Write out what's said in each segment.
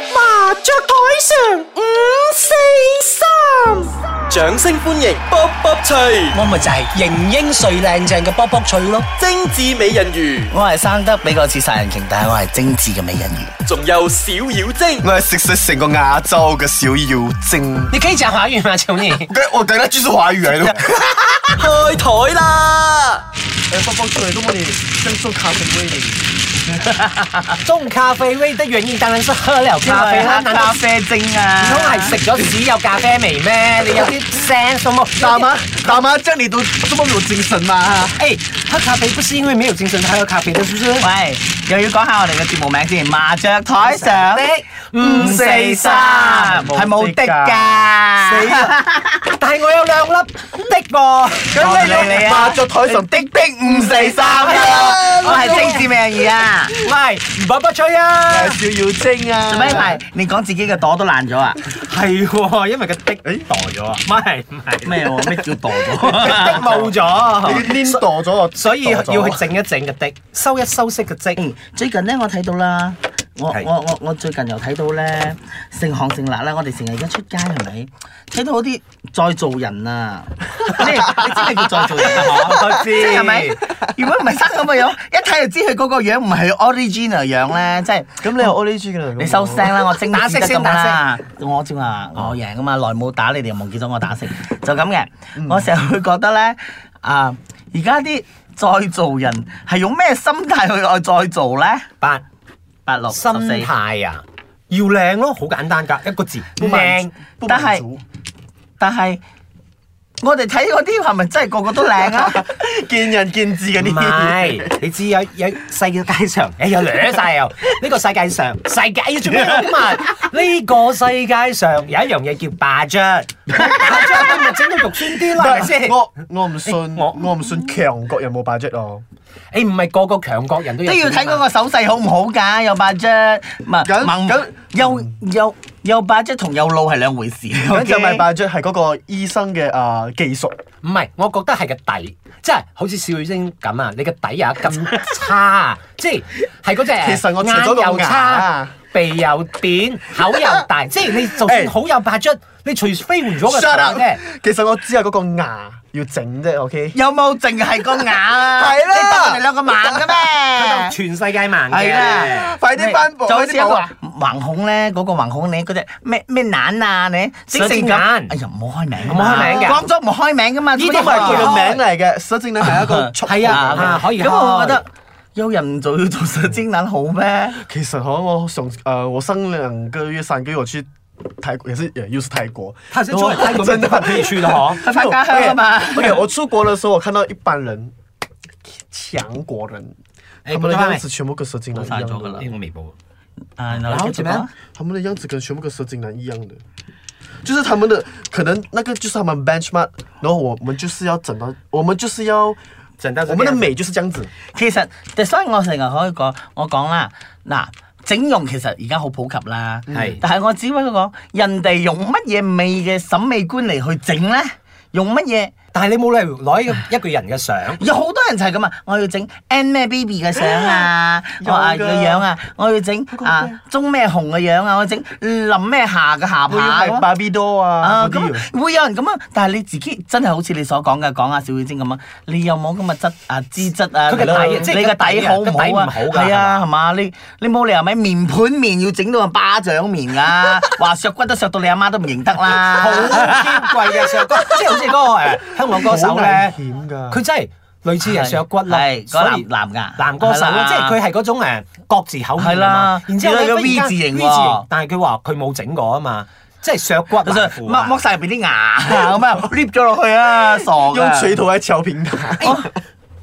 雀台上五四三，掌聲歡迎卜卜脆，我咪就係型英帥靚正嘅卜卜脆咯。精緻美人魚，我係生得比較似殺人鯨，但係我係精緻嘅美人魚。仲有小妖精，我係食食成個亞洲嘅小妖精。你可以講華語嗎，求 你？我等下繼續華語嚟 咯。開台啦！包包出嚟咁，我哋將做咖啡威嚟。中咖啡味的原因當然是喝了咖啡啦，難道啡精啊啊唔通係食咗屎有咖啡味咩？你有啲 sense 好冇？大媽，大媽，這樣你都這麼有精神嘛？哎，喝咖啡不是因為沒有精神才喝咖啡的，是不是？喂，又要講下我哋嘅節目名先，麻雀台上的五四三係冇的㗎。但係我有兩粒的喎，咁你理你啊！麻雀台上的的五四第三個，我係精緻美人魚啊！喂，卜卜脆啊！小妖精啊！做咩排？你講自己嘅朵都爛咗啊？係喎，因為個的袋咗啊，唔係唔係咩喎？咩叫朵的咗？冇咗，黏墮咗啊！所以要去整一整個的，收一收息個積。嗯最近咧，我睇到啦，我係我我我最近又睇到咧，成行成辣啦，我哋成日而家出街係咪？睇到嗰啲再造人 啊！你你知咩叫再造人啊？我知即係咪？如果唔係生咁嘅樣，一睇就知佢嗰個樣唔係 original 樣咧，即係。咁你又 O 呢豬嘅啦？你收聲啦！我精打緻色得先咁打啦，我正話我贏啊嘛，耐冇打你哋又忘記咗我打色，就咁嘅。我 成日會覺得咧，啊而家啲再造人係用咩心態去愛再造咧？八八六心十四態啊，要靚咯，好簡單㗎，一個字靚靚。，但係但係我哋睇嗰啲係咪真係個個都靚啊？見仁見智嘅唔呢 啲。係， 你知有有世界 上，哎呀掠晒又，呢個世界上，世界要做咩咁 啊？呢個世界上有一樣嘢叫霸張，霸張咁咪整到肉酸啲啦，係咪先？我我唔信，我我我唔信強國有冇 budget 咯。誒唔係個個強國人都有都要睇嗰個手勢好唔好㗎，有八隻，唔係咁猛咁有有有八隻同有路係兩回事。咁就咪 OK？ budget 係嗰個醫生嘅啊技術。唔係，我覺得係個底，即係好似小雨星咁啊！你個底啊咁 差，即係係嗰隻其實我除咗個眼又差牙，鼻又扁，口又 大，即係你就算好有八卒，你除非換咗個 Shut 頭 up！啫。其實我只係嗰個牙要整啫，OK。有冇淨係個牙啊？ 係啦你當我哋兩個盲嘅咩？全世界盲係嘅，啦，快啲頒布就好似一快啲個報啊盲孔咧，嗰個盲孔你嗰隻咩咩眼啊你，整蛇成精咁眼哎呀唔好開名㗎唔好嘛，開名㗎講咗唔開名噶嘛，呢啲都唔係佢個嘅名嚟嘅，實證咧係 一個速啊係啊啊可以咁我開覺得有人唔做要做蛇精眼好咩？其實可我上呃，我上兩個月、三個月我去泰國，也是也又是泰國。他是出來泰國 真的可以 去的哦。佢翻家鄉啊嘛。 OK，我出國的時候，我看到一班人，強國人，哎他們不的知道樣子全部跟蛇精男一我刪樣咗㗎啦的，因為我沒播。啊，然然後後怎怎麼麼樣樣？他們的樣子跟全部跟蛇精男一樣的，就是他們的可能那個就是他們 benchmark，然後我們就是要整到，我們就是要整到這個我們的美就是這樣子。其實，所以我成日可以講，我講啦，嗱，整容其實而家好普及啦，嗯係但係我只不過講，人哋用乜嘢美嘅審美觀嚟去整咧？用乜嘢？但係你冇理由攞一一個人嘅 相，有好多人就係咁啊！我要整 N 咩 baby 嘅相啊，我有啊㗎個樣啊，我要整啊鍾咩紅嘅樣啊，我要整林咩霞嘅下我要巴買咁啊芭比 doll 啊啊，嗰啲咁會有人咁啊，但係你自己真係好似你所講嘅，講阿小妖精咁啊，你有冇咁嘅質啊資質啊？佢個底即係你個個底啊底好個唔好啊？底唔好㗎係係嘛啊，係嘛？你你冇理由咪面盤面要整到個巴掌面 㗎，話削骨都削到你阿媽都唔認得好啦。矜貴 嘅上骨，即係好似嗰個誒香港歌手咧好危險，㗎佢真係類似係上骨啦，係所以嗰男男㗎男歌手啊係啦啦，即係佢係嗰種誒國字口面係啊啦嘛，然之後咧有個忽然間 V 字形 V 喎字形，但係佢話佢冇整過啊嘛，即係上 骨佢就難剝負啊剝晒入邊啲牙咁啊，lift 咗落去啊，傻㗎用錘頭來敲平它。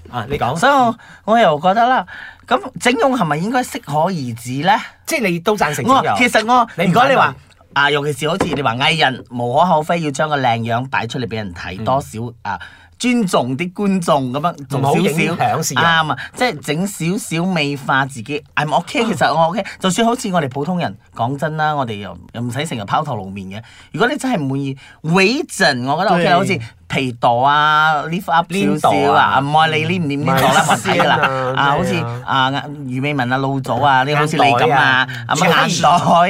啊！你講，所以我我又覺得啦，咁整容係咪應該適可而止咧？即係你都贊成整我容其實我你唔如果反你對話啊，尤其是好似你話藝人無可厚非要將個靚樣擺出嚟俾人睇，多少啊尊重啲觀眾咁樣，做唔好少影響視少人啱啊，即係整少少美化自己。I'm OK，其實我 OK。就算好似我哋普通人，講真啦，我哋又又唔使成日拋頭露面嘅。如果你真係唔滿意，委陣，我覺得 OK 啦，對好似皮度啊，lift up 少黏少度啊，啊唔愛你黏唔黏呢度啦，咪我睇㗎啦先啊。啊，好似咩啊啊余美文啊、老祖啊，呢好似你咁眼袋啊啊，啊乜眼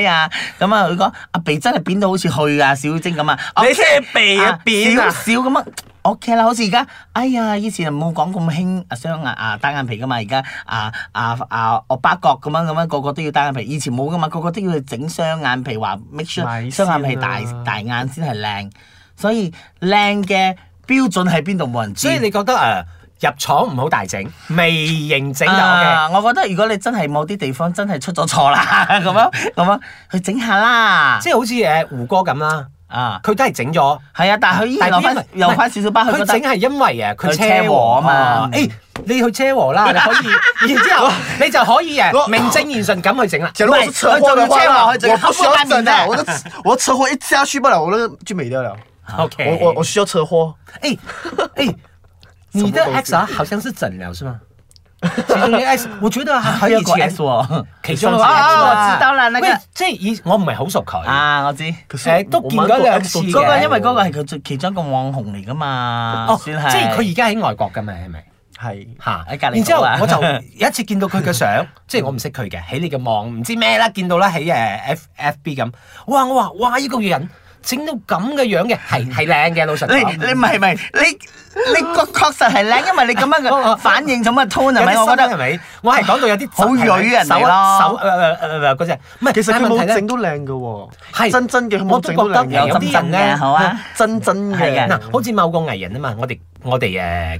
袋啊，咁啊佢講阿鼻真係扁到好似去啊小精咁啊，你即係鼻啊扁啊少少咁啊。OK 啦，好似而家，哎呀，以前冇講咁興啊雙眼啊單眼皮噶嘛，而家啊啊啊惡巴角咁樣咁樣，個個都要單眼皮，以前冇噶嘛，個個都要去整雙眼皮，話 make sure 咪雙眼皮先大啊大眼先係靚，所以靚嘅標準喺邊度冇人知。所以你覺得誒入廠唔好大整，微型整就 OK。啊我覺得如果你真係某啲地方真係出 咗錯啦，咁樣咁樣去整下啦。即係好似誒胡歌咁啦，啊，佢都係整咗，係啊，但係佢依然但留係因為翻留翻少少疤，佢覺佢整得係因為誒佢佢車車禍禍啊啊嘛嘛。誒，你去車禍 啦，你可以，然之後你就可以誒我名正言順咁去整啦。假如我是车祸的话我啦，就要我车祸不需要整的，我的我车祸一下去不了，我那个就没掉了。 OK，我我我需要车祸，哎哎，你的什么东 X 西 R 好像是整了是吗？其中 一個 X，我覺得還佢有啊有以個前 S 喎。其中一個啊 X 啊，我知道啦，那個喂，即係以我唔係好熟佢，啊，我知。誒都見咗兩次嘅嗰個因為嗰個係佢最其中一個網紅嚟噶嘛，哦，即算係。係佢而家喺外國㗎嘛，係咪？系嚇喺隔離然之後島啊我 就有一次見到佢嘅相， 即係我唔識佢嘅，喺你嘅網唔知咩啦，見到啦喺誒 F F B 咁，哇！我話哇呢個人整到咁嘅樣嘅， 係係靚嘅，老實你講。你唔係唔係你你個確實係靚，因為你咁樣 哦哦嘅反應咁嘅 tone 有係咪？啲我覺心得啦係咪？我係講到有啲 好鋭人嚟咯手手誒誒誒誒嗰只，唔係其實佢但係問題冇咧整都靚嘅喎，係真真嘅佢我冇都整覺到得靚嘅，有有真啲啊人真咧嘅，好啊。真真係嘅。啊嗱，好似某個藝人啊嘛，我哋我哋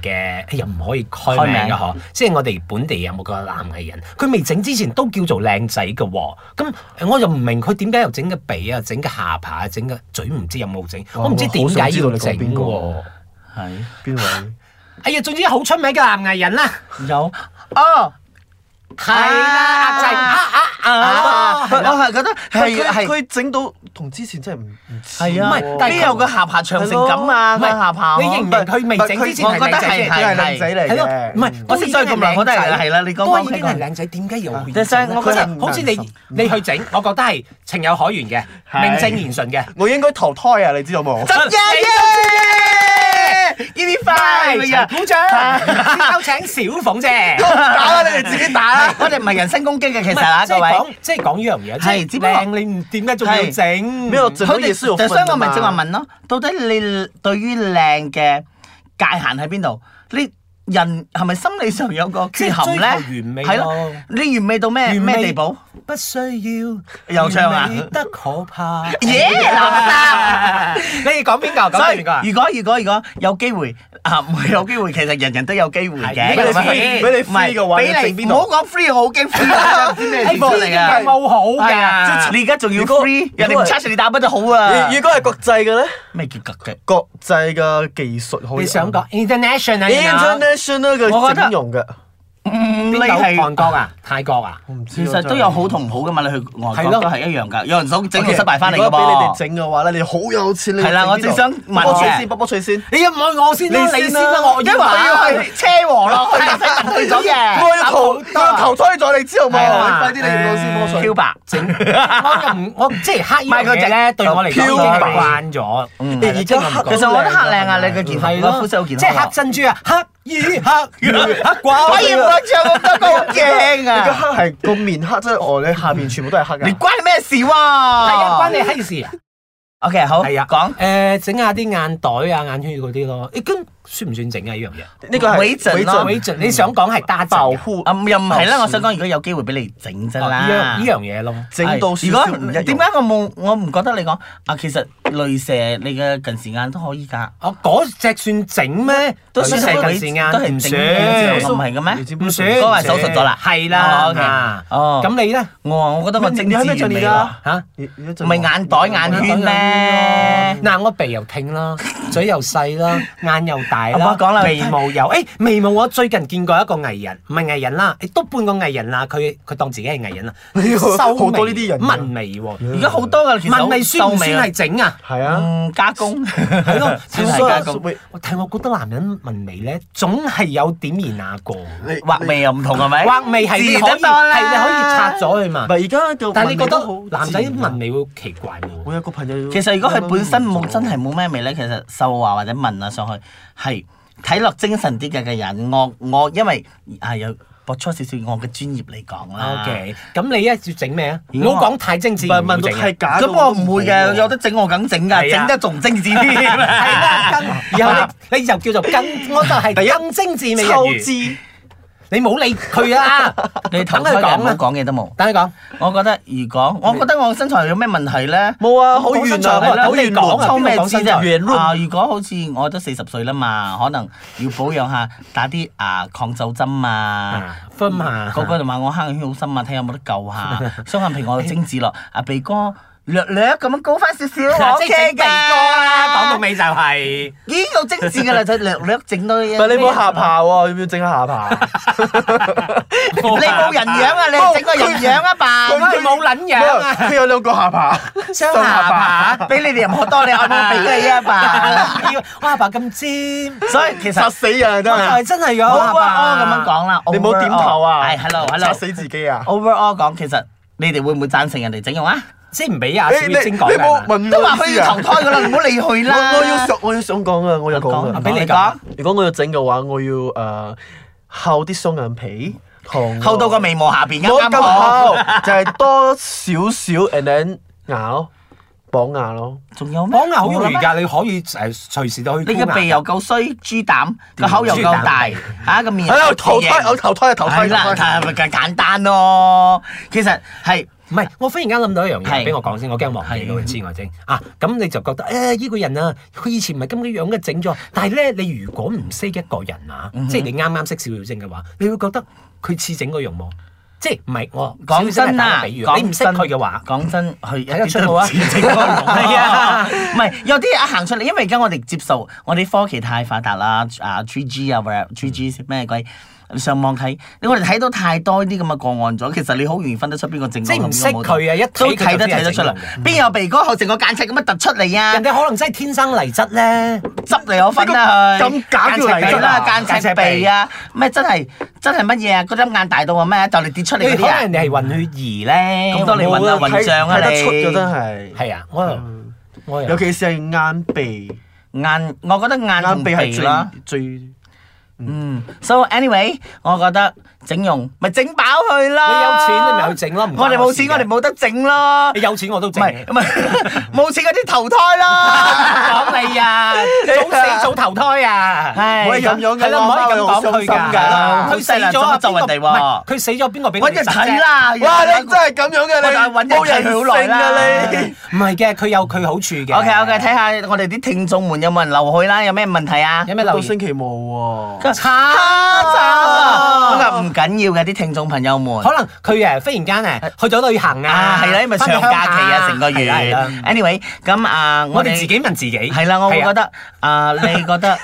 誒嘅哎又唔可以開名開嘅名嗬，即係我哋本地有冇個男藝人，佢未整之前都叫做靚仔嘅喎，咁我就唔明佢點解又整個鼻啊，整個下巴，整個嘴唔知有冇整，哇我唔知點哦我好解想知要道你講整邊個喎。係。邊位？哎呀，總之好出名嘅男藝人啦，有哦，係啦，阿仔啊啊啊，啊我！係覺得係啊係佢佢整到同之前真係唔唔似係啊，唔喎係但係邊有個下巴長成咁啊？唔個下巴係，你認唔認佢未整之前係靚仔我覺得係先？係佢係靚仔係嚟嘅，咯，唔係我識咗佢咁耐我都係靚仔係啦你講都講已經講係靚仔，點解又會即係所以我覺得好似你你去整，我覺得係情有可原嘅，係名正言順嘅。我應該投胎啊！你知道冇？真嘅，give me five 係啊！鼓掌，先請小鳳啫。打啦，你哋自己打啦，我哋唔 係人身攻擊嘅，其實啊，即各係位。講，即係講呢樣嘢，係即只係不過靚，你唔點解仲要整？沒有整個佢也是有哋分就所的以我咪嘛正話問咯，到底你對於靚嘅界限喺邊度？你人係咪心理上有個缺陷即係咧？追求完美咯係咯，你完美到咩完美咩地步？不需要，又唱啊完美得可怕。耶， 垃圾！你哋講邊個？講所邊以個啊？如果如果如果有機會啊， 唔係有機會，其實人人都有機會嘅。係俾你咁啊 free，俾你唔係 free 嘅話你俾整你邊唔度好講 free，我好驚 free 啊！真係唔知咩你嚟係㗎。冇好係啊 㗎，，你而家仲要如果 free，人哋唔如果 charge 你打乜都好啊如。如果係國際嘅咧，咩叫格嘅？國際嘅技術可以你想講 international 啊？我 international 覺得嘅整容嘅，嗯，你邊係度？韓國啊？泰國啊？我唔知其啊。實都有好同唔好噶嘛，你去外係國咯都係一樣噶，有人想整真到係失敗翻嚟如噶果俾你哋噃。整嘅話咧，你好有錢。你係啦整我邊正度想問波波嘅吹先，波波吹先。你要問我先啦，你你先先啦啦，我因為我要要去車禍咯，我係想問佢咗嘅。我要投，我啊要投胎咗，你知道冇？係啊快啲嚟攞先，波波吹 Q。白 整，我又唔我即係黑呢樣嘢咧，對我嚟講已經係慣咗。嗯而家黑其實我覺得黑靚啊，你嘅健康，係個咯，膚色好即健康係啊。黑珍珠啊，黑魚、 黑魚、黑寡可以唔婦好啊。唱咁多歌驚你個啊！黑係個面黑，即係我你下面全部都係黑你嘅。關你咩事係喎？啊，關你閪事啊！ O K 好，係啊，講誒整下啲眼袋啊、眼圈嗰啲咯。誒咁算唔算整啊？呢樣嘢？呢個係微整咯喂陣你想講係打整保啊護啊又唔係啦，我想講如果有機會俾你整啫啦。呢樣呢樣嘢咯。整到如少果少唔一樣。點解我冇我唔覺得你講啊？其實雷射你嘅近視眼都可以㗎。我嗰只算整咩？都算算係係近視眼，都係整唔嘅算唔係嘅咩？唔算，嗰個係手術咗啦係哦啦，OK，啊哦咁你咧我話我覺得我政治你係咩完陣美嚟喎㗎？嚇？你你一陣唔係話眼袋眼圈咩？嗱，我鼻又挺啦，嘴又細啦，眼又大唔好啦講啦，眉毛又誒眉毛，我最近見過一個藝人，唔係藝人啦，都半個藝人啦，佢佢當自己係藝人啦，你有修眉好多呢啲人㗎紋眉喎，Ừ. 而家好多㗎，其實紋眉算瘦唔眉算啊係整啊？係啊，嗯，加工係係咯，先少係數加加工數。喂我但係我覺得男人紋眉咧，總係有點而那個。你畫眉又唔同係咪？畫眉係你自可得以多啦，係你可以拆。咗佢嘛唔。係而家就但係你覺紋得眉都好男仔自然啊紋眉會奇怪我冇？有個朋友，其實如果佢本身冇真係冇咩味咧，其實瘦啊或者紋啊上去係睇落精神啲嘅嘅人。我我因為啊有博出少少我嘅專業嚟講啦。 OK，咁你一要整咩啊？唔如果我好講太精緻，唔係唔問好到整啊太假，咁我唔會嘅，有得得整我梗整㗎，係啊整得仲精緻啲。係啦，跟然後你你就叫做更，我就係更精緻美人抽魚。脂。你冇理佢啊！你等頭佢開嘅唔講好啦，講嘢都冇。等佢講。我覺得如果我覺得我身材有咩問題咧？冇啊，好我身遠材啊，好啊好咁你遠講啊路抽咩邊脂個講身啫？材啊，如果好似我都四十歲啦嘛，可能要保養下，打啲啊抗皺針啊。分下個個就話我黑眼圈好深啊，睇下有冇得 救下。雙眼皮我有精子咯，啊鼻哥略略咁樣高翻少少嗱 即係 OK 整鼻哥啦，講到㗎。尾就係已經有精子㗎 啦，就略略整多啲。唔係你冇下巴喎，要唔要整下下巴？你你冇人 樣 啊！你整個人樣啊吧。佢冇撚 Dạ, 樣啊！ 佢有兩個下巴，雙雙下巴俾你哋任何多，你按摩俾你啊 吧。哇！阿爸咁尖，所以其實殺死人真我就係係！真係有好阿爸啊，咁樣。講啦。你冇點頭啊？係，hello ờ. 殺 hello。死自己啊！ overall 講，其實你哋會唔會贊成人哋整容啊？即係唔俾阿你小你月你晶講冇㗎嘛。問都話我佢意思要啊投？胎噶啦，唔好理佢我啦。我要想我要想講啊！我有講講啊！俾你講講，如果我要整嘅話，我要誒厚啲雙眼皮，同後到個眉毛下邊冇啱啱咁好。厚，就係多少少 and then 牙咯，綁牙咯。仲有咩？講牙好容易㗎，你可以誒隨時都去你箍牙嘅鼻又夠衰，豬膽個口又夠大豬，嚇個面又喺度投夠胎，型。我投胎啊，投胎係啦，投胎係咪簡簡單咯？其實係唔係，我忽然間諗到一樣係嘢，俾我講先，我驚忘記到係你知我精啊！咁你就覺得誒呢個人啊，佢以前唔係咁嘅樣嘅整咗，但係咧你如果唔識一個人啊，嗯即係你啱啱識小妖精嘅話，你會覺得佢似整個容冇，即係唔係我講小妖精係真打啊，個比喻講你唔識真佢嘅話，講真，佢一睇得出啲冇都唔啊似正常人係啊唔係有啲一行出嚟，因為而家我哋接受我哋科技太發達啦，啊 three G 啊或者 three G 咩鬼，上網睇，我哋睇到太多呢啲咁嘅個案咗，其實你好容易分得出邊個正即係確唔識佢啊一睇都佢就睇得知係睇得出正嚟常，邊有鼻哥後成個間尺咁樣突出嚟啊人？哋可能真係天生麗質咧。執你我分啦佢，咁假叫嚟鼻㗎啦，間間尺尺鼻啊，咩真係真係乜嘢啊？嗰粒眼大到啊咩，就嚟跌出嚟你嗰可啲啊能！你係混血兒咧，咁多你我混啊混象啊睇得你出嘅真係，係啊，我又嗯我又 à. 尤其是係眼鼻，眼，我覺得眼同眼鼻鼻啦係。最最。嗯，so Ừ. anyway，我覺得整容咪整飽佢你有啦。錢你咪去整咯，唔關我哋冇事錢，嘅我哋冇得整咯。你有錢我都唔整。係唔 係，冇錢嗰啲投胎啦。講你啊，早死早投胎 啊！唉唔可以咁樣係啦，唔可以咁講佢㗎。佢死咗啊，就邊人個哋唔係喎。佢死咗邊個俾揾我哋人執睇啫？啦。哇！你 dạ, 真係咁樣嘅我你，就係冇揾人睇人性佢好耐啦㗎你。 唔係嘅，佢有佢好處嘅。 OK OK，睇下我哋啲聽眾們有冇人留佢啦，有咩問題啊？有咩留到言星期冇差喎。À, 差咁啊唔緊要嘅，啲聽眾朋友們。可能佢誒忽然間誒去咗旅行啊啊，，係啦，因為長假期啊，成個月係啦係啦。 Anyway，咁 à, 啊，我哋自己問自己，係啦，我會覺得啊，你覺得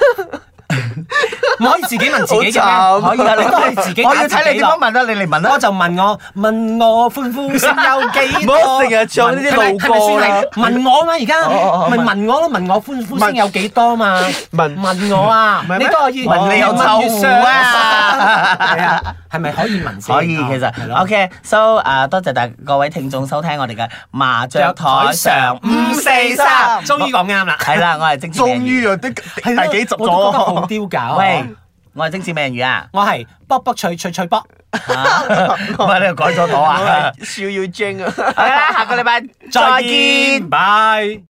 唔可以自己問自己嘅咩？好慘可以㗎，你都係自己 揀我要自己睇你點咯樣問啦，你嚟問我啦。就問我問我歡呼聲有幾唔多？好成日唱呢啲問路過係咪啦先係問我嘛而家，哦哦哦咪問問我咯，問我歡呼聲有幾多嘛？問問我啊唔，係你咩都可以問你有臭狐 啊係啊，係咪可以問先？可以，其係實咯 OK，so 啊，多謝大各位聽眾收聽我哋嘅麻雀台上 Ừ, 五四三，終於講啱啦。係啦，我係精緻美終人於魚。啊，啲係咯第幾集我都覺得好咗？丟架。喂，，我係精緻美人魚啊！我係卜卜脆脆脆卜，啊唔係你又改咗我啊！ 笑要精啊！好啦，下個禮拜再再見見，。拜。